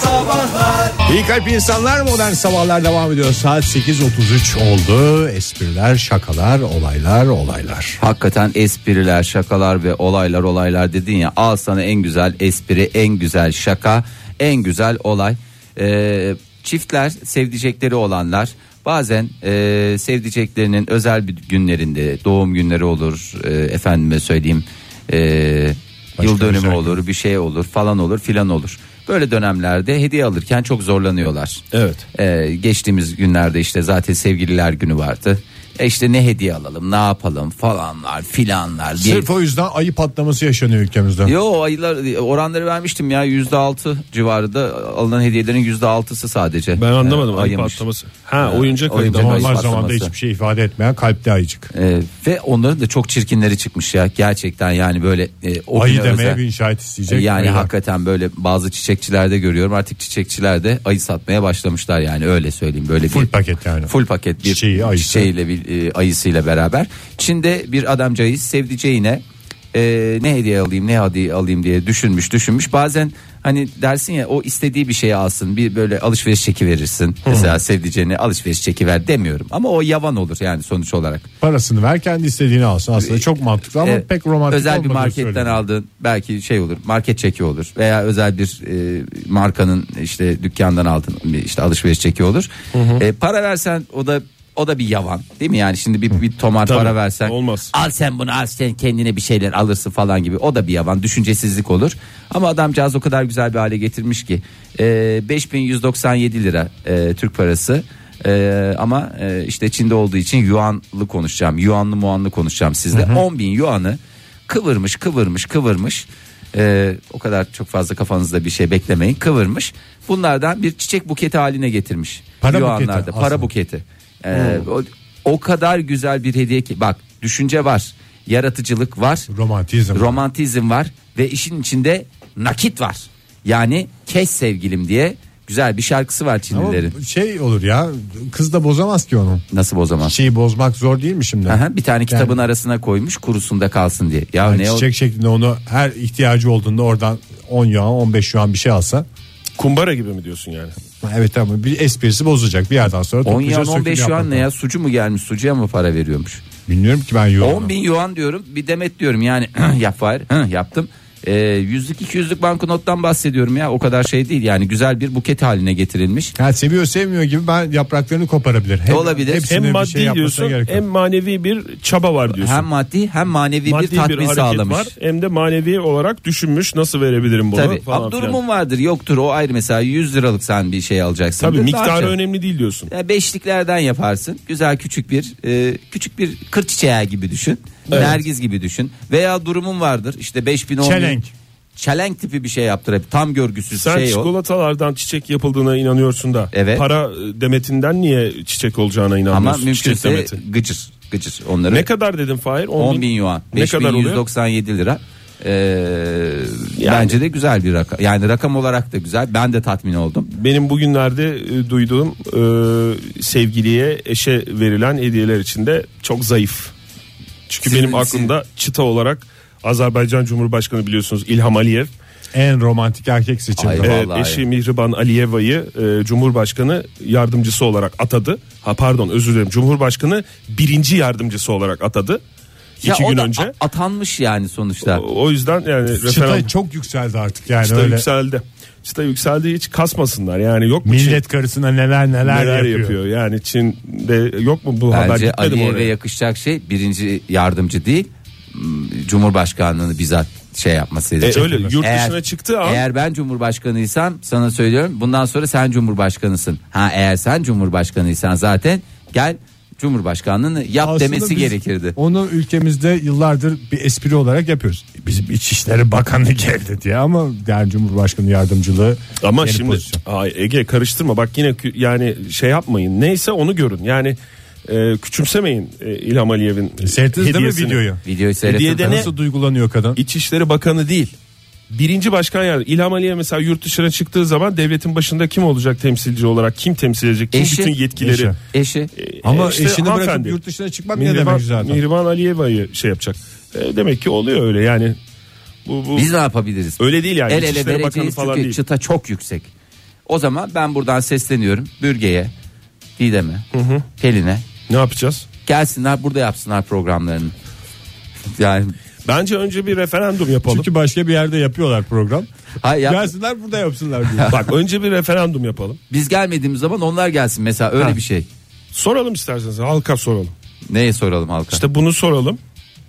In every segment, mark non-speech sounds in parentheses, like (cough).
Sabahlar İyi kalp insanlar modern sabahlar devam ediyor. Saat 8.33 oldu. Espriler, şakalar, olaylar, olaylar. Hakikaten espriler, şakalar ve olaylar olaylar dedin ya. Al sana en güzel espri, en güzel şaka, en güzel olay. Ee, çiftler, sevdicekleri olanlar bazen e, sevdiceklerinin özel bir günlerinde doğum günleri olur. E, efendime söyleyeyim. E, yıl dönümü özel olur, bir şey olur, falan olur, filan olur. Böyle dönemlerde hediye alırken çok zorlanıyorlar. Evet. Ee, geçtiğimiz günlerde işte zaten sevgililer günü vardı. E işte ne hediye alalım, ne yapalım falanlar, filanlar diye. Sırf o yüzden ayı patlaması yaşanıyor ülkemizde. Yo ayılar oranları vermiştim ya yüzde altı civarında alınan hediyelerin yüzde altısı sadece. Ben anlamadım Ee, ayı ayıymış. patlaması. Ha oyuncak ayı. oyuncak Tamam. ayı. Normal patlaması. zamanda hiçbir şey ifade etmeyen kalpte ayıcık. Ee, ve onların da çok çirkinleri çıkmış ya gerçekten yani böyle e, o Ayı güne demeye özel. bir şahit isteyecek. Yani Beyler. hakikaten böyle bazı çiçekçilerde görüyorum artık çiçekçilerde ayı satmaya başlamışlar yani öyle söyleyeyim böyle Full bir paket yani. full paket bir Çiçeği, ayısı. çiçeğiyle bir e, ayısıyla beraber. Çin'de bir adamcağız sevdiceğine e, ne hediye alayım ne hediye alayım diye düşünmüş düşünmüş. Bazen hani dersin ya o istediği bir şeyi alsın bir böyle alışveriş çeki verirsin. Mesela sevdiceğine alışveriş çeki ver demiyorum ama o yavan olur yani sonuç olarak. Parasını ver kendi istediğini alsın. Aslında çok mantıklı ama E, pek romantik Özel bir olmadığını marketten söyleyeyim. aldığın belki şey olur market çeki olur veya özel bir e, markanın işte dükkandan aldığın bir işte alışveriş çeki olur. E, para versen o da o da bir yavan değil mi yani şimdi bir, bir tomar Tabii, para versen olmaz. al sen bunu al sen kendine bir şeyler alırsın falan gibi o da bir yavan düşüncesizlik olur ama adamcağız o kadar güzel bir hale getirmiş ki e, 5197 lira e, Türk parası E, ama e, işte Çin'de olduğu için yuanlı konuşacağım yuanlı muanlı konuşacağım sizle 10 bin yuanı kıvırmış kıvırmış kıvırmış E, o kadar çok fazla kafanızda bir şey beklemeyin kıvırmış bunlardan bir çiçek buketi haline getirmiş Para yuanlarda buketi aslında. para buketi E, o, o kadar güzel bir hediye ki bak düşünce var yaratıcılık var Romantizm. romantizm var ve işin içinde nakit var. Yani kes sevgilim diye güzel bir şarkısı var Ama Çinlilerin. şey olur ya kız da bozamaz ki onu. Nasıl bozamaz? Şeyi bozmak zor değil mi şimdi? Aha, bir tane kitabın Yani- arasına koymuş kurusunda kalsın diye. Ya Yani ne o? çiçek şeklinde onu her ihtiyacı olduğunda oradan 10 yuan 15 yuan bir şey alsa Kumbara gibi mi diyorsun yani? evet ama bir esprisi bozulacak bir yerden sonra 10 topluca yuan söküm 15 yapmak yuan ne lazım. ya sucu mu gelmiş sucuya mı para veriyormuş? Bilmiyorum ki ben yuan. 10 bin yuan diyorum bir demet diyorum yani (clears throat) yap Fahir hı, yaptım. Ee, yüzlük iki yüzlük banknottan bahsediyorum ya o kadar şey değil yani güzel bir buket haline getirilmiş. Ha, seviyor sevmiyor gibi ben yapraklarını koparabilir. Hem, Olabilir. hepsine Hem bir maddi şey yapmasına diyorsun gerek yok. hem manevi bir çaba var diyorsun. Hem maddi hem manevi Maddi bir tatmin hareket sağlamış. var hem de manevi olarak düşünmüş nasıl verebilirim bunu Tabii. falan Abi filan. durumun vardır yoktur o ayrı mesela 100 liralık sen bir şey alacaksın. Tabii Ne miktarı yapacaksın? önemli değil diyorsun. Ya beşliklerden yaparsın. Güzel küçük bir e, küçük bir kır çiçeği gibi düşün. Nergis gibi düşün. Veya durumun vardır. İşte 5000 10 bin- Çelenk. Çelenk tipi bir şey yaptırabilir. Tam görgüsüz Sen şey o. çikolatalardan çiçek yapıldığına inanıyorsun da Evet. para e, demetinden niye çiçek olacağına Ama inanmıyorsun? çiçek mümkünse demeti. gıcır gıcır onları. şey Ne kadar dedim Fahir? 10 bin yuan. Ne kadar oluyor? 5197 lira. Ee, Yani- Bence de güzel bir rakam. Yani rakam olarak da güzel. Ben de tatmin oldum. Benim bugünlerde e, duyduğum e, sevgiliye eşe verilen hediyeler içinde çok zayıf. Çünkü Sizin- benim aklımda çıta olarak Azerbaycan Cumhurbaşkanı biliyorsunuz İlham Aliyev. En romantik erkek seçildi. Ay, Evet. Evet, Vallahi. eşi Mihriban Aliyeva'yı e, Cumhurbaşkanı yardımcısı olarak atadı. Ha pardon özür dilerim. Cumhurbaşkanı birinci yardımcısı olarak atadı. Ya iki o gün da önce. a- atanmış yani sonuçta. O yüzden yani referandum Çıta çok yükseldi artık yani çıta öyle. yükseldi. Çıta yükseldi hiç kasmasınlar yani yok şey. mu Çin Millet karısına neler neler, neler yapıyor. yapıyor. Yani Çin'de yok mu bu haber Bence gitmedi mi Aliyev'e oraya? yakışacak şey birinci yardımcı değil m, Cumhurbaşkanlığını bizzat şey yapmasıydı. E, öyle yurt Eğer- dışına çıktı an Eğer ben cumhurbaşkanıysam sana söylüyorum bundan sonra sen cumhurbaşkanısın. Ha eğer sen cumhurbaşkanıysan zaten gel cumhurbaşkanlığını yap Aslında demesi biz gerekirdi. Onu ülkemizde yıllardır bir espri olarak yapıyoruz. Bizim İçişleri Bakanı (laughs) geldi diye ama yani Cumhurbaşkanı yardımcılığı ama yeni şimdi pozisyon. ay Ege karıştırma bak yine kü- yani şey yapmayın neyse onu görün yani e, küçümsemeyin e, İlham Aliyev'in Seyrettiniz değil mi hediyesini. videoyu? Videoyu seyrettim. Hediyede ben. E ne- E, Nasıl duygulanıyor kadın? İçişleri Bakanı değil. Birinci başkan yani İlham Aliyev mesela yurt dışına çıktığı zaman devletin başında kim olacak temsilci olarak kim temsil edecek kim Eşi. bütün yetkileri Ee, e, Eşi. Eşi. Ama işte eşini bırakıp hanımefendi. yurt dışına çıkmak ne Mihriban, demek zaten? Mihriban Aliyeva'yı şey yapacak E, demek ki oluyor öyle yani bu, bu Biz ne yapabiliriz? öyle değil yani El ele İçişleri Bakanı vereceğiz falan çünkü değil çıta çok yüksek. O zaman ben buradan sesleniyorum Bürge'ye, Didem'e, Pelin'e. Ne yapacağız? Gelsinler burada yapsınlar programlarını. (laughs) Yani Bence önce bir referandum yapalım. Çünkü başka bir yerde yapıyorlar program. hayır yap- Gelsinler burada yapsınlar diyor. (laughs) Bak önce bir referandum yapalım. biz gelmediğimiz zaman onlar gelsin mesela öyle Ha. bir şey. Soralım isterseniz halka soralım. Neye soralım halka? İşte bunu soralım.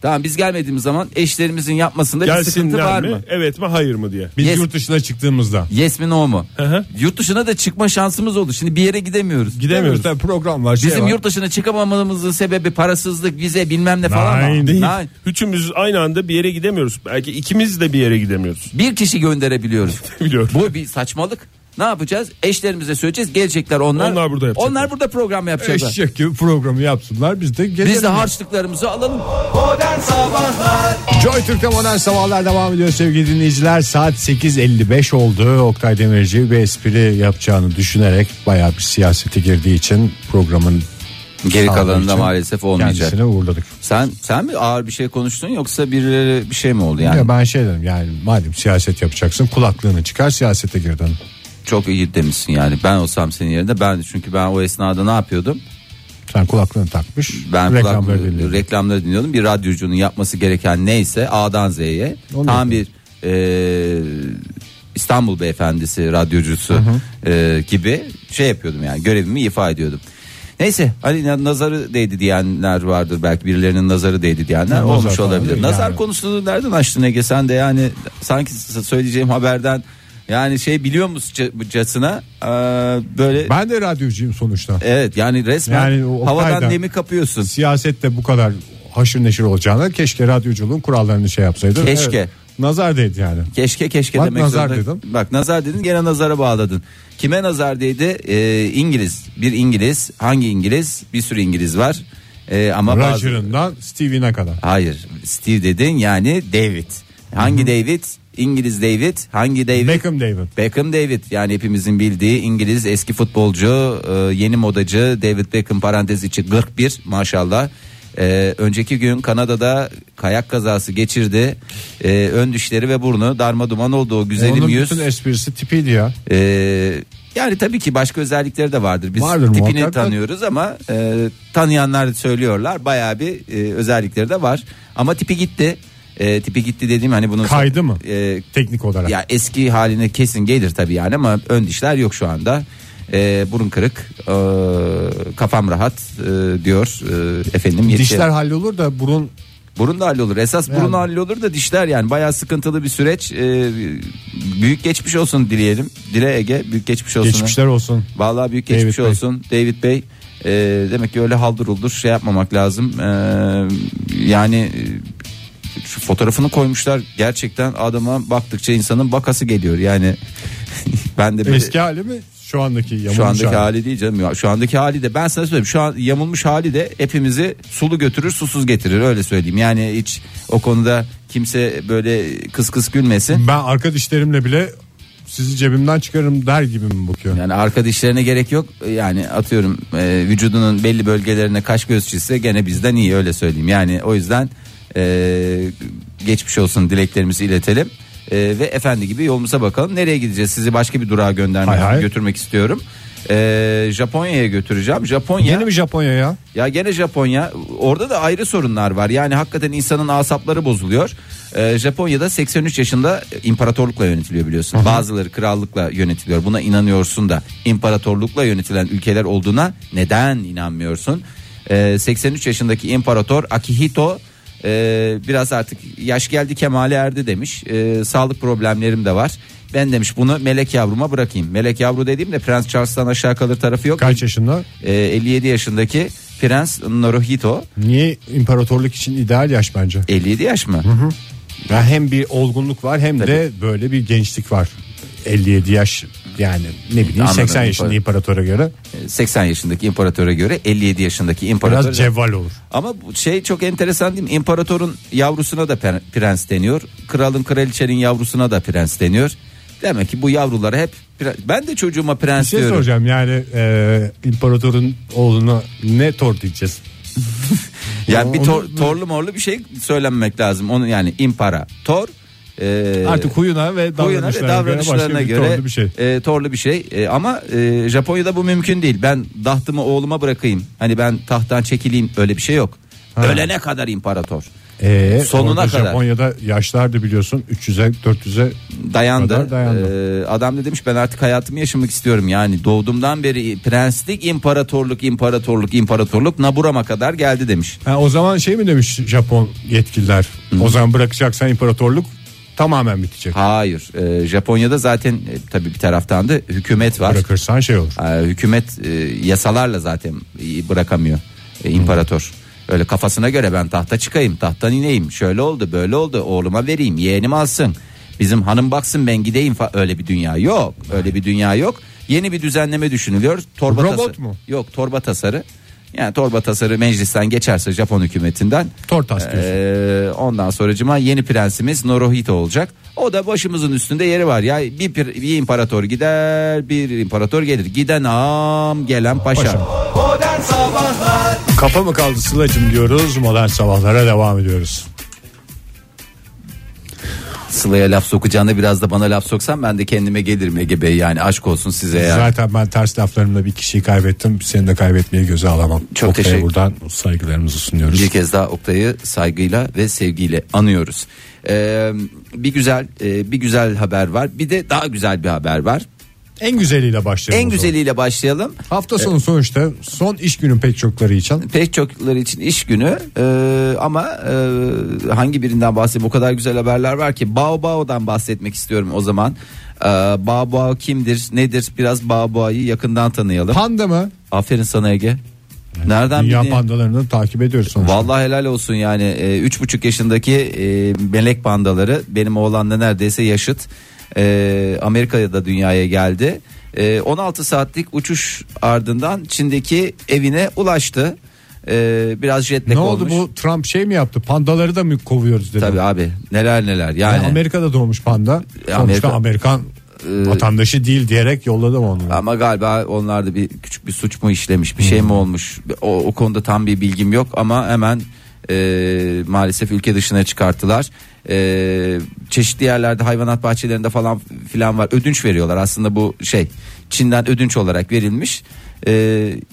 Tamam biz gelmediğimiz zaman eşlerimizin yapmasında bir sıkıntı Gelsinler var mi? mı? Evet mi hayır mı diye. Biz Yes. yurt dışına çıktığımızda. Yes mi no mu? hı. Yurt dışına da çıkma şansımız oldu. Şimdi bir yere gidemiyoruz. Gidemiyoruz. Tabii program var. şey Bizim var. yurt dışına çıkamamamızın sebebi parasızlık, vize bilmem ne falan ama. Nein. Değil. Nein. Üçümüz aynı anda bir yere gidemiyoruz. Belki ikimiz de bir yere gidemiyoruz. (laughs) Bir kişi gönderebiliyoruz. Biliyorum. Bu bir saçmalık. Ne yapacağız? Eşlerimize söyleyeceğiz. Gelecekler onlar. Onlar burada yapacaklar. Onlar burada program yapacaklar. Eşek gibi programı yapsınlar biz de gelelim. Biz de harçlıklarımızı alalım. Joy Türk'te modern sabahlar devam ediyor sevgili dinleyiciler. Saat 8.55 oldu. Oktay Demirci bir espri yapacağını düşünerek bayağı bir siyasete girdiği için programın Geri sağlığı kalanında için maalesef olmayacak. Kendisine uğurladık. Sen sen mi ağır bir şey konuştun yoksa birileri bir şey mi oldu yani? Ya ben şey dedim yani madem siyaset yapacaksın kulaklığını çıkar siyasete girdin. Çok iyi demişsin yani. Ben olsam senin yerinde ben çünkü ben o esnada ne yapıyordum? Sen kulaklığını takmış Ben reklamları kulak- e, dinledin. reklamları dinliyordum. Bir radyocunun yapması gereken neyse A'dan Z'ye Onu tam bir e, İstanbul beyefendisi radyocusu e, gibi şey yapıyordum yani görevimi ifa ediyordum. Neyse hani na- nazarı değdi diyenler vardır belki birilerinin nazarı değdi diyenler Ya, nazar olmuş falan olabilir. değil Nazar yani. konusunu nereden açtın Ege sen de yani sanki s- söyleyeceğim haberden yani şey biliyor musuncasına e, böyle Ben de radyocuyum sonuçta. evet yani resmen Yani o- o havadan kaydan- nemi kapıyorsun. Siyasette bu kadar haşır neşir olacağına keşke radyoculuğun kurallarını şey yapsaydı. Keşke. nazar değdi yani. Keşke keşke Bak demek nazar zorunda. dedim. Bak nazar dedin gene nazara bağladın. Kime nazar değdi? Ee, İngiliz. Bir İngiliz. Hangi İngiliz? Bir sürü İngiliz var. Ee, ama bazı- Roger'ından Stevie'ne kadar. Hayır. Steve dedin yani David. Hangi David? İngiliz David. Hangi David? Beckham David. Beckham David yani hepimizin bildiği İngiliz eski futbolcu e, yeni modacı David Beckham parantez içi 41 maşallah. E, önceki gün Kanada'da kayak kazası geçirdi. E, ön dişleri ve burnu darma duman oldu o E, güzelim Onun yüz. bütün esprisi tipiydi ya. E, yani tabii ki başka özellikleri de vardır. Biz Vardır tipini muhakkak da. tanıyoruz ama e, tanıyanlar söylüyorlar. Bayağı bir e, özellikleri de var. Ama tipi gitti. E, tipi gitti dediğim hani bunun Kaydı mı? E, Teknik olarak. ya eski haline kesin gelir tabii yani ama ön dişler yok şu anda. Ee, burun kırık, ee, kafam rahat ee, diyor ee, efendim. yetiyor. Dişler hallolur da burun Burun da hallolur. Esas burun Yani. hallolur da dişler yani bayağı sıkıntılı bir süreç. Ee, büyük geçmiş olsun dileyelim. Dile Ege büyük geçmiş olsun. geçmişler olsun. Vallahi büyük David geçmiş Bey. olsun David Bey. Ee, demek ki öyle haldır uldur şey yapmamak lazım. Ee, yani e, şu fotoğrafını koymuşlar gerçekten adama baktıkça insanın bakası geliyor yani. (laughs) ben de böyle Eski hali mi? Şu andaki yamulmuş Ee, şu andaki hali. hali değil canım ya. Şu andaki hali de ben sana söyleyeyim şu an yamulmuş hali de hepimizi sulu götürür susuz getirir öyle söyleyeyim. Yani hiç o konuda kimse böyle kıs kıs gülmesin. Ben arka dişlerimle bile sizi cebimden çıkarırım der gibi mi bakıyor? Yani arka dişlerine gerek yok. Yani atıyorum e, vücudunun belli bölgelerine kaş göz çizse gene bizden iyi öyle söyleyeyim. Yani o yüzden e, geçmiş olsun dileklerimizi iletelim. E, ve efendi gibi yolumuza bakalım. Nereye gideceğiz? Sizi başka bir durağa göndermek Hay hay. götürmek istiyorum. E, Japonya'ya götüreceğim. Japonya. Yeni mi Japonya ya? Ya gene Japonya orada da ayrı sorunlar var. Yani hakikaten insanın asapları bozuluyor. Ee, Japonya'da 83 yaşında imparatorlukla yönetiliyor biliyorsun. Bazıları krallıkla yönetiliyor. Buna inanıyorsun da imparatorlukla yönetilen ülkeler olduğuna neden inanmıyorsun? Ee, 83 yaşındaki imparator Akihito ee, biraz artık yaş geldi kemale erdi demiş. Ee, sağlık problemlerim de var. Ben demiş bunu melek yavruma bırakayım. Melek yavru dediğim de Prens Charles'tan aşağı kalır tarafı yok. Kaç yaşında? Ee, 57 yaşındaki Prens Naruhito Niye imparatorluk için ideal yaş bence? 57 yaş mı? Ya hem bir olgunluk var hem de böyle bir gençlik var. 57 yaş yani ne bileyim Anladım. 80 yaşında imparatora göre Ee, 80 yaşındaki imparatora göre 57 yaşındaki biraz imparator. cevval olur. Ama bu şey çok enteresan değil mi? İmparatorun yavrusuna da pre- prens deniyor. Kralın kraliçenin yavrusuna da prens deniyor. Demek ki bu yavrulara hep pre- ben de çocuğuma Bir prens şey diyorum. soracağım yani e, imparatorun oğluna ne tor diyeceğiz? Yani bir Onu- tor- torlu morlu bir şey söylenmek lazım. Onu yani imparator e, Artık huyuna ve davranışlarına, huyuna ve davranışlarına göre, göre, başka bir, bir şey. e, torlu bir şey. E, ama e, Japonya'da bu mümkün değil. Ben tahtımı oğluma bırakayım. Hani ben tahttan çekileyim öyle bir şey yok. Ölene kadar imparator. Ee, sonuna orada kadar. Japonya'da yaşlar da biliyorsun 300'e 400'e dayandı. kadar dayandı. Ee, adam da demiş ben artık hayatımı yaşamak istiyorum. Yani doğduğumdan beri prenslik, imparatorluk, imparatorluk, imparatorluk Naburama kadar geldi demiş. Ha, o zaman şey mi demiş Japon yetkililer? O zaman bırakacaksan imparatorluk tamamen bitecek. Hayır. e, Japonya'da zaten e, tabii bir taraftan da hükümet var. Bırakırsan şey olur. Ee, hükümet e, yasalarla zaten e, bırakamıyor e, imparator. Öyle kafasına göre ben tahta çıkayım, tahttan ineyim. Şöyle oldu, böyle oldu. Oğluma vereyim, yeğenim alsın. Bizim hanım baksın ben gideyim fa- öyle bir dünya yok. Öyle bir dünya yok. Yeni bir düzenleme düşünülüyor. Torba Robot tasarı- mu? Yok, torba tasarı. Yani torba tasarı meclisten geçerse Japon hükümetinden Tortas diyorsun. ee, ondan sonracıma yeni prensimiz Norohito olacak. O da başımızın üstünde yeri var ya. Bir, pir- bir imparator gider, bir imparator gelir. Giden am, gelen paşa. Paşa. Kafa mı kaldı Sıla'cım diyoruz. Modern sabahlara devam ediyoruz. Sıla'ya laf sokacağına biraz da bana laf soksan ben de kendime gelirim Ege Bey yani aşk olsun size ya. Zaten ben ters laflarımla bir kişiyi kaybettim. Seni de kaybetmeyi göze alamam. Çok Oktay'a teşekkür- buradan saygılarımızı sunuyoruz. Bir kez daha Oktay'ı saygıyla ve sevgiyle anıyoruz. Ee, bir güzel e, bir güzel haber var. Bir de daha güzel bir haber var. En güzeliyle başlayalım. En o zaman. güzeliyle başlayalım. Hafta sonu sonuçta son iş günün pek çokları için pek çokları için iş günü Ee, ama e, hangi birinden bahsedeyim o kadar güzel haberler var ki Baobao'dan bahsetmek istiyorum o zaman ee, Baobao kimdir nedir biraz Baobao'yu yakından tanıyalım panda mı? aferin sana Ege nereden Dünya bildin? pandalarını takip ediyoruz sonuçta. Vallahi helal olsun yani Ee, üç buçuk yaşındaki e, melek pandaları benim oğlanla neredeyse yaşıt Ee, Amerika'ya da dünyaya geldi Ee, 16 saatlik uçuş ardından Çin'deki evine ulaştı Ee, biraz jet lag ne oldu olmuş. bu Trump şey mi yaptı? Pandaları da mı kovuyoruz dedi. Tabii abi neler neler yani. Yani Amerika'da doğmuş panda. Sonuçta Amerika- Ee, Amerikan vatandaşı değil diyerek yolladım onu. Ama galiba onlar da bir küçük bir suç mu işlemiş bir şey Hmm. mi olmuş o, o konuda tam bir bilgim yok ama hemen e, maalesef ülke dışına çıkarttılar. E, çeşitli yerlerde hayvanat bahçelerinde falan filan var ödünç veriyorlar aslında bu şey Çin'den ödünç olarak verilmiş. E,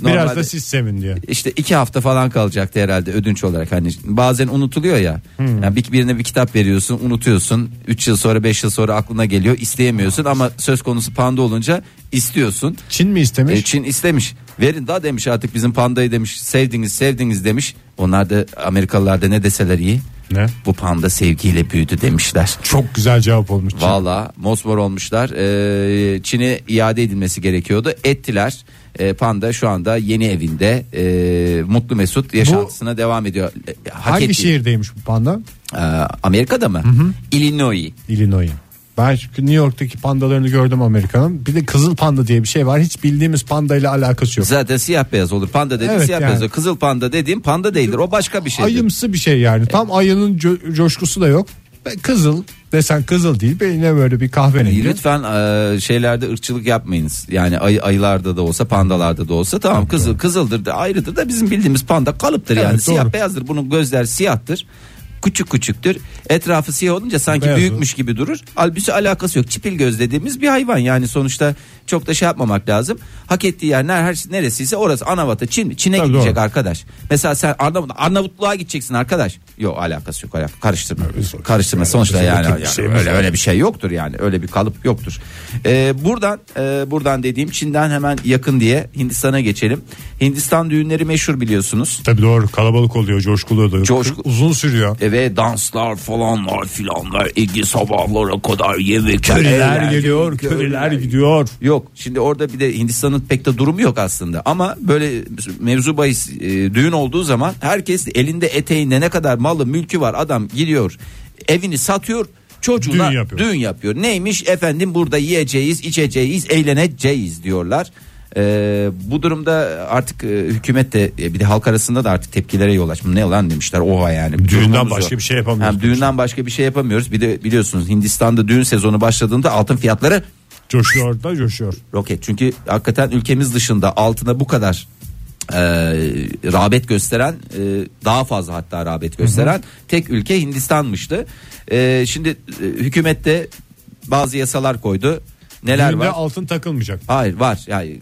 Biraz normalde- da siz sevin diye. işte iki hafta falan kalacaktı herhalde ödünç olarak hani bazen unutuluyor ya. Hmm. Yani bir, birine bir kitap veriyorsun unutuyorsun 3 yıl sonra 5 yıl sonra aklına geliyor isteyemiyorsun ama söz konusu panda olunca istiyorsun. Çin mi istemiş? E, Çin istemiş verin daha demiş artık bizim pandayı demiş sevdiniz sevdiniz demiş. Onlar da Amerikalılar da ne deseler iyi. Ne? Bu panda sevgiyle büyüdü demişler. Çok güzel cevap olmuş. Çin. Valla mosmor olmuşlar. Ee, Çin'e iade edilmesi gerekiyordu. Ettiler. Ee, panda şu anda yeni evinde ee, mutlu mesut yaşantısına devam ediyor. Ee, Hak Hangi şey? etti. şehirdeymiş bu panda? Ee, Amerika'da mı? Illinois. Illinois. Ben çünkü New York'taki pandalarını gördüm Amerika'nın. Bir de kızıl panda diye bir şey var. Hiç bildiğimiz panda ile alakası yok. Zaten siyah beyaz olur. Panda dediğin Evet, siyah yani. beyaz olur. Kızıl panda dediğim panda değildir. O başka bir şeydir. Ayımsı bir şey yani. Tam ayının co- coşkusu da yok. Ve Kızıl desen kızıl değil. Beline böyle bir kahverengi. Lütfen ee, şeylerde ırkçılık yapmayınız. Yani ay, ayılarda da olsa pandalarda da olsa tamam kızıl kızıldır da ayrıdır da bizim bildiğimiz panda kalıptır yani Evet, siyah doğru. beyazdır. Bunun gözler siyahtır. Küçük küçüktür. Etrafı siyah olunca sanki Beyaz büyükmüş gibi durur. Halbuki alakası yok. Çipil göz dediğimiz bir hayvan yani sonuçta çok da şey yapmamak lazım. Hak ettiği yer ner- her şey neresiyse orası. Anavata Çin Çin'e Tabii, gidecek doğru. arkadaş. Mesela sen Arnavut, Arnavutluğa gideceksin arkadaş. Yok alakası yok. Alakası. Karıştırma. Karıştırma sonuçta yani, Bizim bir yani şeyimiz öyle öyle bir şey yoktur yani öyle bir kalıp yoktur. Ee, buradan e, buradan dediğim Çin'den hemen yakın diye Hindistan'a geçelim. Hindistan düğünleri meşhur biliyorsunuz. Tabii doğru kalabalık oluyor coşkulu oluyor. Coşku- Uzun sürüyor. E, ve danslar falan var filanlar ilgi sabahlara kadar yemekler. Köriler eğlence- geliyor, köriler gidiyor. Yok şimdi orada bir de Hindistan'ın pek de durumu yok aslında ama böyle mevzu bahis e, düğün olduğu zaman herkes elinde eteğinde ne kadar malı mülkü var adam gidiyor evini satıyor çocuğuna Düğün düğün yapıyor. yapıyor. Neymiş efendim burada yiyeceğiz içeceğiz eğleneceğiz diyorlar. E, bu durumda artık e, hükümet de e, bir de halk arasında da artık tepkilere yol açmış. Ne lan demişler oha yani. Bir Düğünden durumumuz başka yok. bir şey yapamıyoruz Hem düğünden başka bir şey yapamıyoruz. Bir de biliyorsunuz Hindistan'da düğün sezonu başladığında altın fiyatları Coşuyor da coşuyor. roket. Çünkü hakikaten ülkemiz dışında altına bu kadar e, rağbet gösteren e, daha fazla hatta rağbet gösteren tek ülke Hindistan'mıştı. E, şimdi e, hükümette bazı yasalar koydu. Neler Düğünde var? altın takılmayacak. Hayır var. Yani e,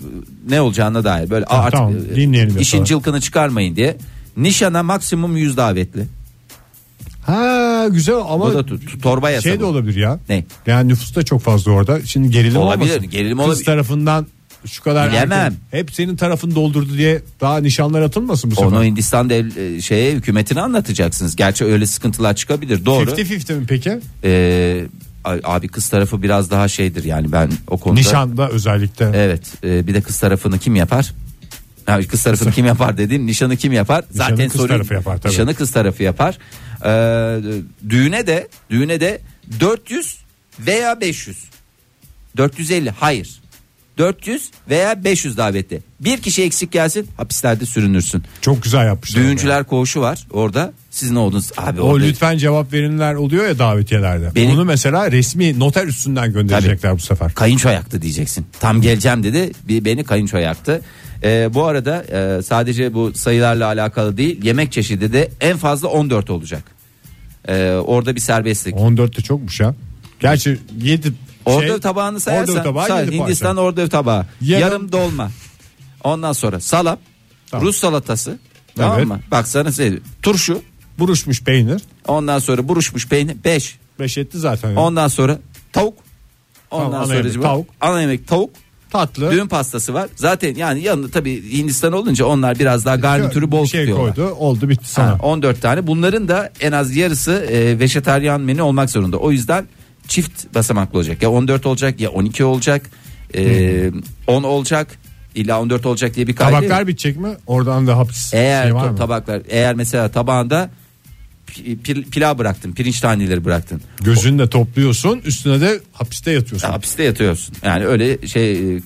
ne olacağına dair böyle Tamam, artık tamam, e, dinleyelim işin yasaları. cılkını çıkarmayın diye. Nişana maksimum 100 davetli. Ha güzel ama Bu da tu- tu- torba yasa şey de bu. olabilir ya. Ne? Yani nüfus da çok fazla orada. Şimdi gerilim Olabilir, olmasın. gerilim Kız olabilir. tarafından şu kadar Bilemem. erkek, hep senin tarafın doldurdu diye daha nişanlar atılmasın bu Onu sefer. Hindistan dev, e, şeye hükümetine anlatacaksınız. Gerçi öyle sıkıntılar çıkabilir. Doğru. 50-50 mi peki? Ee, a- abi kız tarafı biraz daha şeydir yani ben o konuda. Nişanda özellikle. Evet. e, bir de kız tarafını kim yapar? Ha, kız tarafını kim yapar dediğim nişanı kim yapar? Nişanı Zaten kız soruyu- tarafı yapar tabii. Nişanı kız tarafı yapar. Ee, düğüne de düğüne de 400 veya 500. 450 hayır. 400 veya 500 davetli. Bir kişi eksik gelsin hapislerde sürünürsün. Çok güzel yapmışlar. Düğüncüler koğuşu var orada. Siz ne oldunuz? Abi O orada- lütfen cevap verinler oluyor ya davetiyelerde. Benim- Onu mesela resmi noter üstünden gönderecekler bu sefer. kayınço yaktı diyeceksin. Tam geleceğim dedi bir beni kayınço yaktı. Ee, bu arada e, sadece bu sayılarla alakalı değil yemek çeşidi de en fazla 14 olacak. Ee, orada bir serbestlik. 14'te çokmuş ya. Gerçi 7 Orada tabağını sayarsan şey, Orada tabağı say, yedi Hindistan parça. orada tabağı. Yarım- Yarım, dolma. Ondan sonra salam, Tamam. Rus salatası. Tamam Evet. mı? Baksana size turşu. Buruşmuş peynir. Ondan sonra buruşmuş peynir 5. 5 etti zaten. ya. Ondan sonra tavuk. Ondan Tamam, ana sonra yemek tavuk. ana yemek tavuk. Tatlı. Düğün pastası var. Zaten yani yanında tabii Hindistan olunca onlar biraz daha garnitürü bol bir şey tutuyorlar. koydu. Oldu bitti Ha, sana. 14 tane. Bunların da en az yarısı e, vejetaryen menü olmak zorunda. O yüzden çift basamaklı olacak. Ya 14 olacak ya 12 olacak. e, 10 olacak. İlla 14 olacak diye bir kaydı. yok. Hmm. Tabaklar bitecek mi? Oradan da hapis eğer şey var to- mı? tabaklar eğer mesela tabağında pi- pil- pilav bıraktın, pirinç taneleri bıraktın. Gözünü de topluyorsun üstüne de hapiste yatıyorsun. Hapiste yatıyorsun. Yani öyle şey e,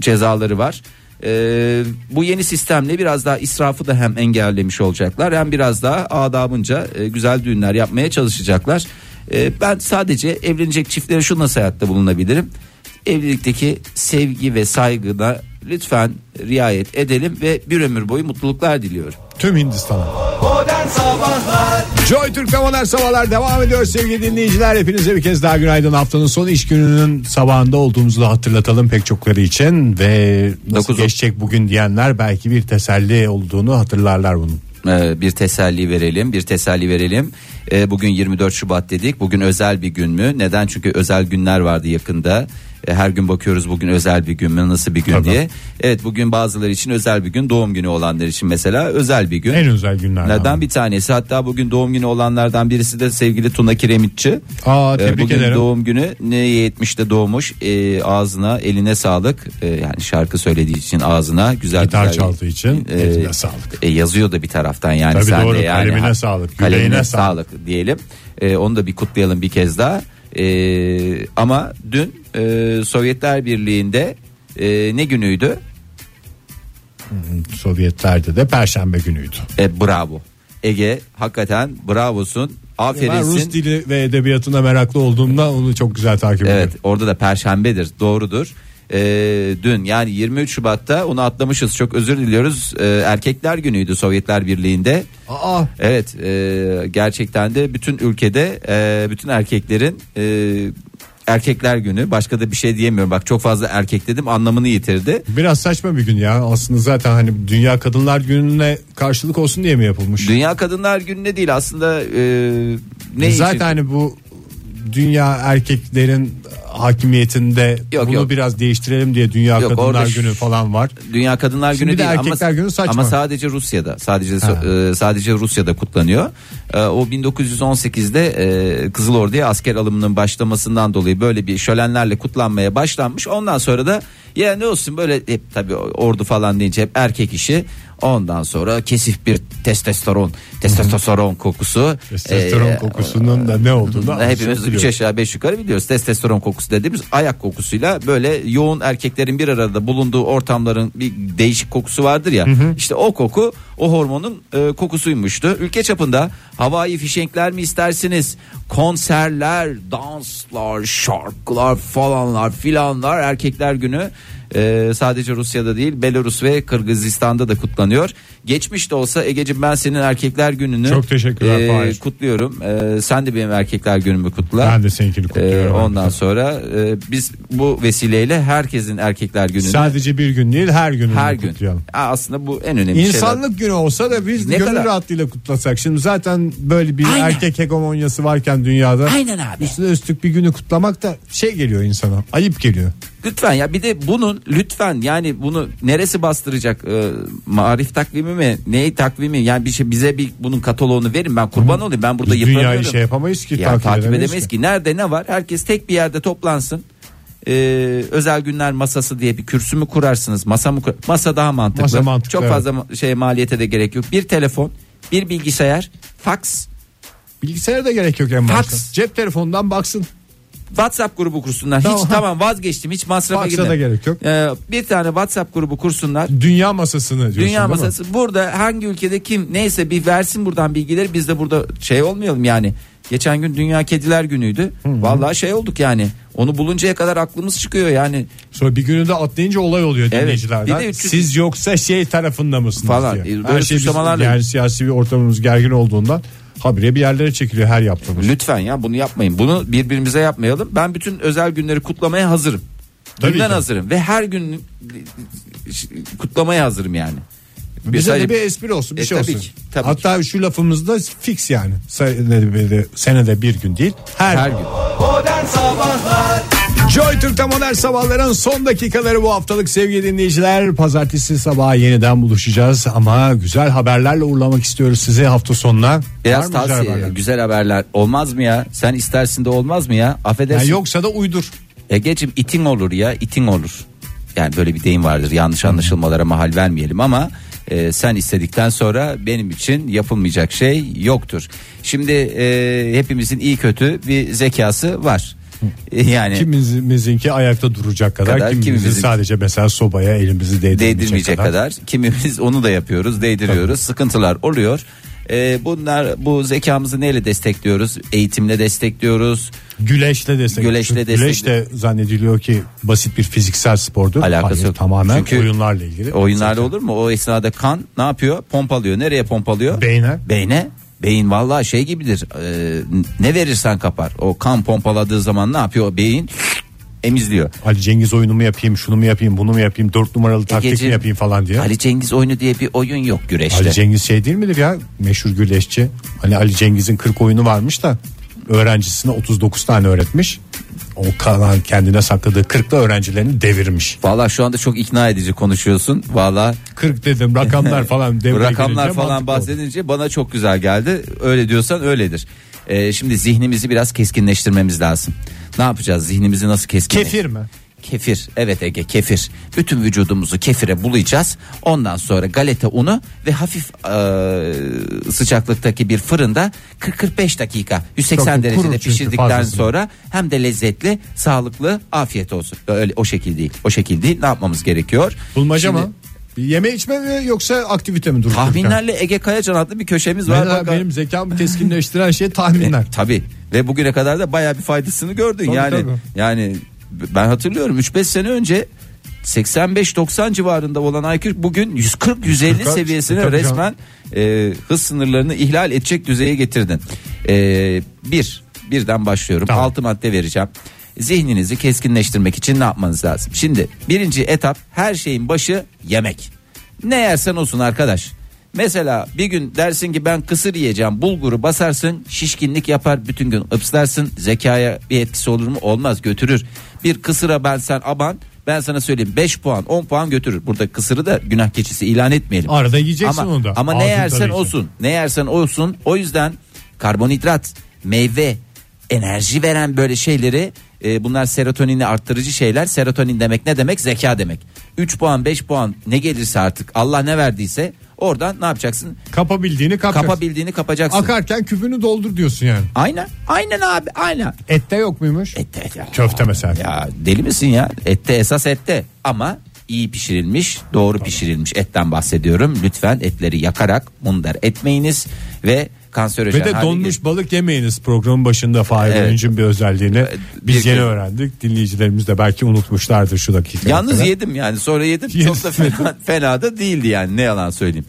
cezaları var. E, bu yeni sistemle biraz daha israfı da hem engellemiş olacaklar hem biraz daha adabınca e, güzel düğünler yapmaya çalışacaklar. E, ben sadece evlenecek çiftlere şu nasihatte bulunabilirim. Evlilikteki sevgi ve saygıda lütfen riayet edelim ve bir ömür boyu mutluluklar diliyorum. Tüm Hindistan'a. Modern Sabahlar Joy Türk Modern Sabahlar devam ediyor sevgili dinleyiciler. Hepinize bir kez daha günaydın. Haftanın son iş gününün sabahında olduğumuzu da hatırlatalım pek çokları için. Ve nasıl Dokuz- geçecek bugün diyenler belki bir teselli olduğunu hatırlarlar bunun. Ee, bir teselli verelim bir teselli verelim Ee, bugün 24 Şubat dedik bugün özel bir gün mü neden çünkü özel günler vardı yakında Ee, her gün bakıyoruz bugün özel bir gün mü nasıl bir gün Tabii. diye evet bugün bazıları için özel bir gün doğum günü olanlar için mesela özel bir gün En özel günlerden. Nereden bir tanesi hatta bugün doğum günü olanlardan birisi de sevgili Tuna Kiremitçi. Aa, Ee, tebrik bugün ederim. doğum günü ne 70'te doğmuş Ee, ağzına eline sağlık Ee, yani şarkı söylediği için ağzına güzel Gitar güzel- Ee, çaldığı için eline sağlık. E, yazıyor da bir taraftan yani Tabii sen doğru, de yani kalemine Ha, sağlık, kalemine yüreğine sağlık, diyelim E, onu da bir kutlayalım bir kez daha E, ama dün e, Sovyetler Birliği'nde e, ne günüydü Sovyetler'de de perşembe günüydü. E, bravo. Ege hakikaten bravosun. Ben Aferinsin. Rus dili ve edebiyatına meraklı olduğumda onu çok güzel takip ediyorum. Evet orada da perşembedir doğrudur. E, dün yani 23 Şubat'ta onu atlamışız çok özür diliyoruz. E, erkekler günüydü Sovyetler Birliği'nde. Aa, Evet e, gerçekten de bütün ülkede e, bütün erkeklerin e, erkekler günü başka da bir şey diyemiyorum. Bak çok fazla erkek dedim anlamını yitirdi. biraz saçma bir gün ya. Aslında zaten hani Dünya Kadınlar Günü'ne karşılık olsun diye mi yapılmış? Dünya Kadınlar Günü'ne değil aslında e, ne Zaten için? hani bu dünya erkeklerin hakimiyetinde Yok, bunu yok. biraz değiştirelim diye Dünya Yok, Kadınlar orada ş- Günü falan var. Dünya Kadınlar Şimdi Günü de değil erkekler ama, günü saçma. ama sadece Rusya'da sadece Ha. e, sadece Rusya'da kutlanıyor. E, o 1918'de e, Kızıl Ordu'ya asker alımının başlamasından dolayı böyle bir şölenlerle kutlanmaya başlanmış. Ondan sonra da ya ne olsun böyle hep tabii ordu falan deyince hep erkek işi. Ondan sonra kesif bir testosteron, testosteron kokusu. Testosteron e, kokusunun da ne olduğunu az çok Hepimiz şey biliyoruz. üç aşağı beş yukarı biliyoruz. Testosteron kokusu dediğimiz ayak kokusuyla böyle yoğun erkeklerin bir arada bulunduğu ortamların bir değişik kokusu vardır ya. İşte o koku o hormonun e, kokusuymuştu. Ülke çapında havai fişenkler mi istersiniz? Konserler, danslar, şarkılar falanlar filanlar erkekler günü Ee, sadece Rusya'da değil Belarus ve Kırgızistan'da da kutlanıyor. Geçmiş de olsa Ege'cim ben senin erkekler gününü Çok teşekkürler, e, Fahir. kutluyorum. Ee, sen de benim erkekler günümü kutla. Ben de seninkini kutluyorum. Ee, ondan sonra e, biz bu vesileyle herkesin erkekler gününü Sadece bir gün değil her günü her gün. kutlayalım. Aa, Aslında bu en önemli şeyler. İnsanlık günü olsa da biz Ne gönül kadar? rahatlığıyla kutlasak. Şimdi zaten böyle bir Aynen. erkek hegemonyası varken dünyada. Aynen abi. Üstüne üstlük bir günü kutlamak da şey geliyor insana. Ayıp geliyor. Lütfen ya bir de bunun lütfen yani bunu neresi bastıracak Ee, marif takvimi mi neyi takvimi yani bir şey bize bir bunun kataloğunu verin ben kurban olayım ben burada Biz dünyayı yıpranıyorum. şey yapamayız ki ya, takip, takip edemeyiz edemeyiz ki. ki nerede ne var herkes tek bir yerde toplansın Ee, özel günler masası diye bir kürsü mü kurarsınız masa mı kur- masa daha mantıklı, Masa mantıklı, çok evet. fazla ma- şey maliyete de gerek yok bir telefon bir bilgisayar fax Bilgisayara da gerek yok en başta. Fax. Cep telefonundan baksın. WhatsApp grubu kursunlar. Tamam. Hiç tamam vazgeçtim. Hiç masrafa Faxa girmem. da gerek yok. Ee, bir tane WhatsApp grubu kursunlar. Dünya masasını diyorsun Dünya değil mi? masası burada hangi ülkede kim neyse bir versin buradan bilgileri biz de burada şey olmayalım yani. Geçen gün Dünya Kediler Günü'ydü. Vallahi şey olduk yani. Onu buluncaya kadar aklımız çıkıyor yani Sonra bir günü de atlayınca olay oluyor Evet. dinleyicilerden. Bir de 300 Siz yoksa şey tarafında mısınız Falan. diye. E, böyle Her şey bizim- suçlamalarla- yani siyasi bir ortamımız gergin olduğundan habire bir yerlere çekiliyor her yaptığımız. lütfen ya bunu yapmayın. Bunu birbirimize yapmayalım. Ben bütün özel günleri kutlamaya hazırım. Tabii Günden ki. hazırım ve her gün kutlamaya hazırım yani. Bize Mesela- de bir espri olsun bir E, şey tabii olsun. ki, tabii Hatta şu lafımız da fix yani. Senede bir, senede bir gün değil her, her gün. gün. Modern Sabahlar Joy Türk'te modern sabahların son dakikaları bu haftalık sevgili dinleyiciler. Pazartesi sabahı yeniden buluşacağız ama güzel haberlerle uğurlamak istiyoruz sizi hafta sonuna. Var Biraz mı güzel tavsiye güzel haberler? haberler. olmaz mı ya? Sen istersin de olmaz mı ya? Affedersin. Yani yoksa da uydur. Egeciğim E, itin olur ya itin olur. Yani böyle bir deyim vardır yanlış anlaşılmalara mahal vermeyelim ama e, sen istedikten sonra benim için yapılmayacak şey yoktur. Şimdi e, hepimizin iyi kötü bir zekası var. E, Yani Kimimizinki ayakta duracak kadar, Kadar, kimimizin kimimizin- sadece mesela sobaya elimizi değdirmeyecek, değdirmeyecek kadar. kadar. Kimimiz onu da yapıyoruz, değdiriyoruz. Sıkıntılar oluyor. E, bunlar bu zekamızı neyle destekliyoruz? Eğitimle destekliyoruz. Güleşle destek. Güleşle Çünkü destek- Güleş de zannediliyor ki basit bir fiziksel spordur. Alakası Hayır, yok. Tamamen Çünkü oyunlarla ilgili. Oyunlarda olur mu? O esnada kan ne yapıyor? Pompalıyor. Nereye pompalıyor? Beyne. Beyne. Beyin vallahi şey gibidir. Ee, ne verirsen kapar. O kan pompaladığı zaman ne yapıyor? O Beyin emizliyor. Ali Cengiz oyunu mu yapayım, şunu mu yapayım, bunu mu yapayım, dört numaralı taktik mi Egeciğim, yapayım falan diye. E, Ali Cengiz oyunu diye bir oyun yok güreşte. Ali Cengiz şey değil midir ya meşhur güleşçi. Hani Ali Cengiz'in 40 oyunu varmış da öğrencisine 39 tane öğretmiş. O kalan kendine sakladığı 40'la öğrencilerini devirmiş. Vallahi şu anda çok ikna edici konuşuyorsun. Vallahi 40 (laughs) dedim rakamlar falan devreye rakamlar girince falan mantıklı oldu. bahsedince bana çok güzel geldi. Öyle diyorsan öyledir. Ee, şimdi zihnimizi biraz keskinleştirmemiz lazım. Ne yapacağız? Zihnimizi nasıl keskinleştireceğiz? Kefir mi? Kefir evet Ege kefir bütün vücudumuzu kefire bulayacağız ondan sonra galeta unu ve hafif eee, sıcaklıktaki bir fırında 40-45 dakika 180 Çok iyi, kurur derecede çünkü pişirdikten fazlasını. sonra hem de lezzetli sağlıklı afiyet olsun öyle o şekil değil o şekil değil ne yapmamız gerekiyor Bulmaca Şimdi mı? Bir Yeme içme mi yoksa aktivite mi durup dururken? tahminlerle Ege Kayacan adlı bir köşemiz var E, Mesela Bakar- benim zekamı keskinleştiren (laughs) şey tahminler. Tabii ve bugüne kadar da bayağı bir faydasını gördün. Tabii, yani tabii. yani ben hatırlıyorum 3-5 sene önce 85-90 civarında olan IQ bugün 140-150 Tabii, seviyesine tabii canım. resmen e, hız sınırlarını ihlal edecek düzeye getirdin. E, bir, birden başlıyorum. Tamam. Altı madde vereceğim. Zihninizi keskinleştirmek için ne yapmanız lazım? Şimdi birinci etap her şeyin başı yemek. Ne yersen olsun arkadaş. Mesela bir gün dersin ki ben kısır yiyeceğim bulguru basarsın şişkinlik yapar bütün gün ıpslarsın zekaya bir etkisi olur mu olmaz götürür. Bir kısıra ben sen aban ben sana söyleyeyim 5 puan 10 puan götürür. Burada kısırı da günah keçisi ilan etmeyelim. Arada yiyeceksin ama, onu da. Ama ne Ağzın yersen tadıysa. olsun. Ne yersen olsun. O yüzden karbonhidrat, meyve, enerji veren böyle şeyleri e, bunlar serotonini arttırıcı şeyler. Serotonin demek ne demek? Zeka demek. 3 puan 5 puan ne gelirse artık Allah ne verdiyse oradan ne yapacaksın? Kapabildiğini kapacaksın. Kapabildiğini kapacaksın. Akarken küpünü doldur diyorsun yani. aynen. Aynen abi aynen. Ette yok muymuş? Et, et, ya. Köfte mesela. Ya deli misin ya? Ette esas ette ama iyi pişirilmiş, doğru pişirilmiş etten bahsediyorum. Lütfen etleri yakarak mundar etmeyiniz ve kanserojen Ve de hale donmuş gelir. balık yemeyiniz programın başında Fahir Evet. Öğüncü'nün bir özelliğini. bir Biz yeni kez- öğrendik. Dinleyicilerimiz de belki unutmuşlardır şu dakika. Yalnız yedim yani sonra yedim çok da fena, fena da değildi yani ne yalan söyleyeyim.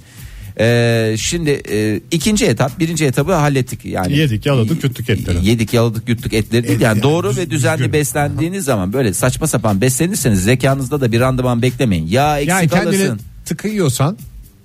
Ee, şimdi e, ikinci etap birinci etabı hallettik yani. Yedik, yaladık, yuttuk etleri. Yedik yaladık yuttuk etleri değil Et yani, yani, doğru düz- ve düzenli düzgün. beslendiğiniz zaman böyle saçma sapan beslenirseniz zekanızda da bir randıman beklemeyin. Ya eksik Yani kendini alırsın. tıkıyorsan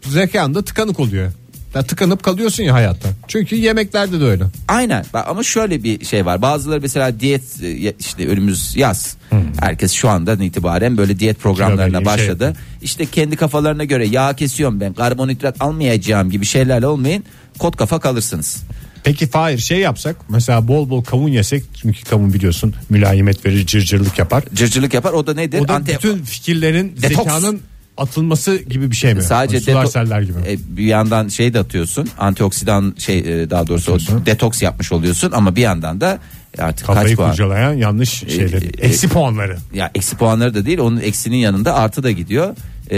zekan da tıkanık oluyor. Ya tıkanıp kalıyorsun ya hayatta. Çünkü yemeklerde de öyle. Aynen Bak ama şöyle bir şey var bazıları mesela diyet e, ya- işte önümüz yaz Hmm. herkes şu andan itibaren böyle diyet programlarına vereyim, şey başladı. işte kendi kafalarına göre yağ kesiyorum ben karbonhidrat almayacağım gibi şeylerle olmayın kot kafa kalırsınız. Peki Fahir şey yapsak mesela bol bol kavun yesek çünkü kavun biliyorsun mülayimet verir cırcırlık yapar. Cırcırlık yapar o da nedir? O da Ante- bütün fikirlerin Detoks. zekanın atılması gibi bir şey mi? sadece Hani sular deto- seller gibi. E, bir yandan şey de atıyorsun antioksidan şey e, daha doğrusu o Atıyorsun. detoks yapmış oluyorsun ama bir yandan da artık Kafayı kaç puan? kurcalayan yanlış şeyleri. e, Eksi puanları. ya eksi puanları da değil onun eksinin yanında artı da gidiyor. Ee,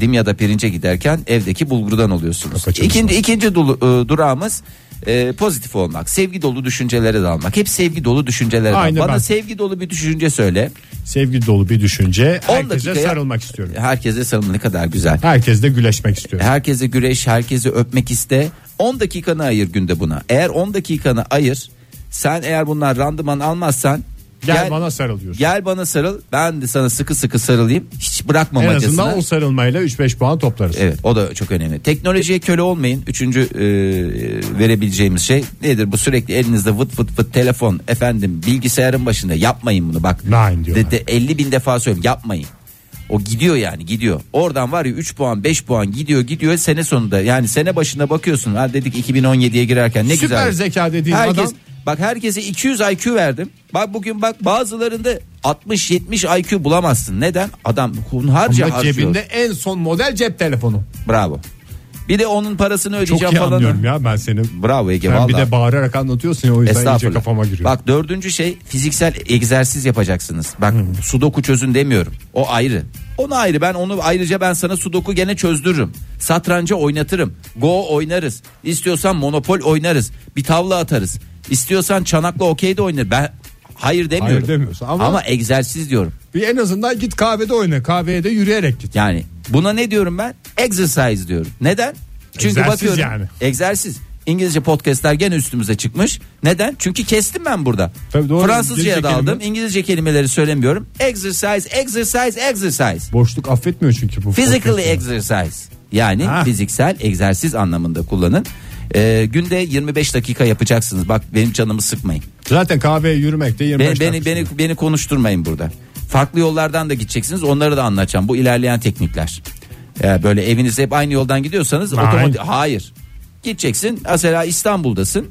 dimya da pirince giderken evdeki bulgurdan oluyorsunuz. Kafa çalışması. İkinci ikinci dulu- e, durağımız e, pozitif olmak, sevgi dolu düşüncelere dalmak. Hep sevgi dolu düşüncelere dal. Aynı Bana ben. sevgi dolu bir düşünce söyle. Sevgi dolu bir düşünce. 10 Herkese dakikaya- sarılmak istiyorum. Herkese sarılın ne kadar güzel. Herkesle güleşmek istiyorum. Herkese güreş, herkese öpmek iste. 10 dakikanı ayır günde buna. Eğer 10 dakikanı ayır, sen eğer bunlar randıman almazsan Gel bana sarıl diyorsun. Gel bana sarıl. Ben de sana sıkı sıkı sarılayım. Hiç en bırakmamacasına. azından o sarılmayla 3-5 puan toplarız. Evet o da çok önemli. Teknolojiye köle olmayın. Üçüncü e, verebileceğimiz şey nedir? Bu sürekli elinizde vıt vıt vıt telefon efendim bilgisayarın başında yapmayın bunu bak. Nein diyorlar. De, de 50 bin defa söylüyorum yapmayın. O gidiyor yani gidiyor. Oradan var ya 3 puan 5 puan gidiyor gidiyor sene sonunda. Yani sene başına bakıyorsun. Ha dedik 2017'ye girerken ne güzel. Süper zeka dediğin Herkes, adam- Bak herkese 200 IQ verdim. Bak bugün bak bazılarında 60-70 IQ bulamazsın. Neden? Adam hunharca Ama harcıyor. cebinde en son model cep telefonu. Bravo. Bir de onun parasını Çok ödeyeceğim iyi falan. anlıyorum ya ben seni. Bravo Ege Ben valla. bir de bağırarak anlatıyorsun ya o yüzden iyice Estağfurullah. kafama giriyor. Bak dördüncü şey fiziksel egzersiz yapacaksınız. Bak sudoku çözün demiyorum. O ayrı. Onu ayrı ben onu ayrıca ben sana sudoku gene çözdürürüm. Satranca oynatırım. Go oynarız. İstiyorsan monopol oynarız. Bir tavla atarız. İstiyorsan çanakla okey de oynar. Ben hayır demiyorum. demiyorsun ama- ama egzersiz diyorum. Bir en azından git kahvede oyna. Kahveye de yürüyerek git. Yani buna ne diyorum ben? Exercise diyorum. Neden? Çünkü Egzersiz bakıyorum. yani. Egzersiz. İngilizce podcastler gene üstümüze çıkmış. Neden? Çünkü kestim ben burada. Tabii doğru. Fransızcaya İngilizce daldım. kelime- İngilizce kelimeleri söylemiyorum. Exercise, exercise, exercise. Boşluk affetmiyor çünkü bu. Physical podcast'ı. exercise. Yani Ha. fiziksel egzersiz anlamında kullanın. Ee, günde 25 dakika yapacaksınız. Bak benim canımı sıkmayın. Zaten kahveye yürümek de Beni, 25 beni, dakika beni, beni konuşturmayın burada. Farklı yollardan da gideceksiniz. Onları da anlatacağım. Bu ilerleyen teknikler. Ee, böyle evinize hep aynı yoldan gidiyorsanız Hayır. otomatik... Hayır. Gideceksin. Mesela İstanbul'dasın.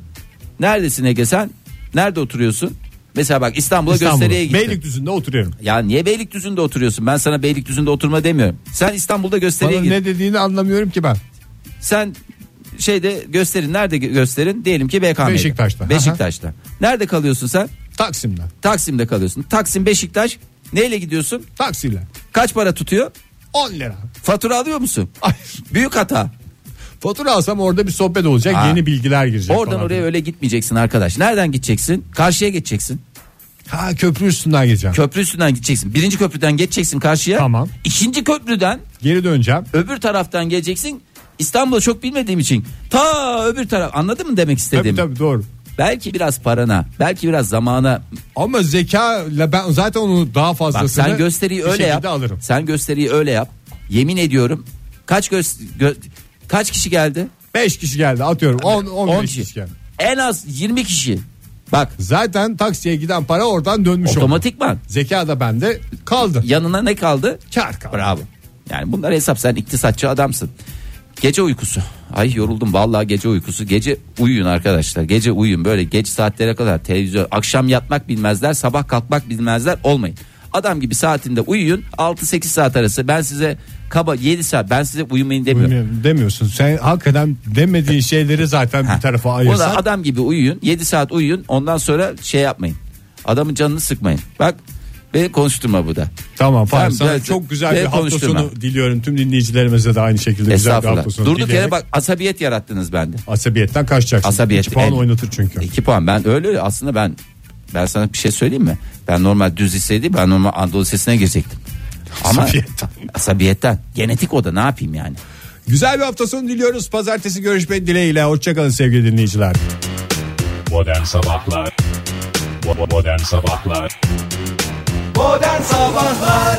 Neredesin Ege sen? Nerede oturuyorsun? Mesela bak İstanbul'a İstanbul'da. gösteriye gittin. Beylikdüzü'nde oturuyorum. Ya niye Beylikdüzü'nde oturuyorsun? Ben sana Beylikdüzü'nde oturma demiyorum. Sen İstanbul'da gösteriye Bana git. ne dediğini anlamıyorum ki ben. Sen şeyde gösterin. Nerede gö- gösterin? Diyelim ki BKM'de. Beşiktaş'ta. Beşiktaş'ta. Nerede kalıyorsun sen? Taksim'de. Taksim'de kalıyorsun. Taksim Beşiktaş. Neyle gidiyorsun? Taksiyle. Kaç para tutuyor? 10 lira. (laughs) Fatura alıyor musun? Ay, Büyük hata. fatura alsam orada bir sohbet olacak. Ha. Yeni bilgiler girecek. Oradan falan. oraya öyle gitmeyeceksin arkadaş. Nereden gideceksin? Karşıya geçeceksin. Ha köprü üstünden geçeceğim. Köprü üstünden gideceksin. Birinci köprüden geçeceksin karşıya. Tamam. İkinci köprüden Geri döneceğim. öbür taraftan geleceksin. İstanbul'u çok bilmediğim için ta öbür taraf anladın mı demek Tabii istediğimi? tabii doğru. Belki biraz parana, belki biraz zamana. Ama zeka ile ben zaten onu daha Bak fazlasını sen gösteriyi bir öyle şekilde yap. alırım. Sen gösteriyi öyle yap. Yemin ediyorum. Kaç göz gö- kaç kişi geldi? 5 kişi geldi atıyorum. 10 10 15 kişi. kişi geldi. En az 20 kişi. Bak Zaten taksiye giden para oradan dönmüş oldu. otomatikman Zeka da bende kaldı. yanına ne kaldı? Kar kaldı. Bravo. Yani bunlar hesap sen iktisatçı adamsın. Gece uykusu. Ay yoruldum vallahi gece uykusu. Gece uyuyun arkadaşlar. Gece uyuyun böyle geç saatlere kadar televizyon. Akşam yatmak bilmezler, sabah kalkmak bilmezler olmayın. Adam gibi saatinde uyuyun. 6-8 saat arası. Ben size kaba 7 saat ben size uyumayın demiyorum. Bilmiyorum, Demiyorsun. Sen hakikaten demediğin şeyleri zaten bir tarafa ayırsan. Ulan adam gibi uyuyun. 7 saat uyuyun. Ondan sonra şey yapmayın. Adamın canını sıkmayın. Bak beni konuşturma bu da. Tamam Fahir Tamam, sana ben- çok güzel ben bir hafta konuşturma. sonu diliyorum. Tüm dinleyicilerimize de aynı şekilde güzel bir Estağfurullah. hafta sonu Durduk yere dileyerek bak asabiyet yarattınız bende. Asabiyetten kaçacaksın. Asabiyet. İki puan El- oynatır çünkü. 2 puan. Ben öyle öyle aslında ben ben sana bir şey söyleyeyim mi? Ben normal düz liseydi ben normal Anadolu Lisesi'ne girecektim. Ama Asabiyetten. (laughs) asabiyetten. Genetik o da ne yapayım yani? Güzel bir hafta sonu diliyoruz. Pazartesi görüşmek dileğiyle. Hoşçakalın sevgili dinleyiciler. Modern Sabahlar Bo- bo- Modern Sabahlar Modern Sabahlar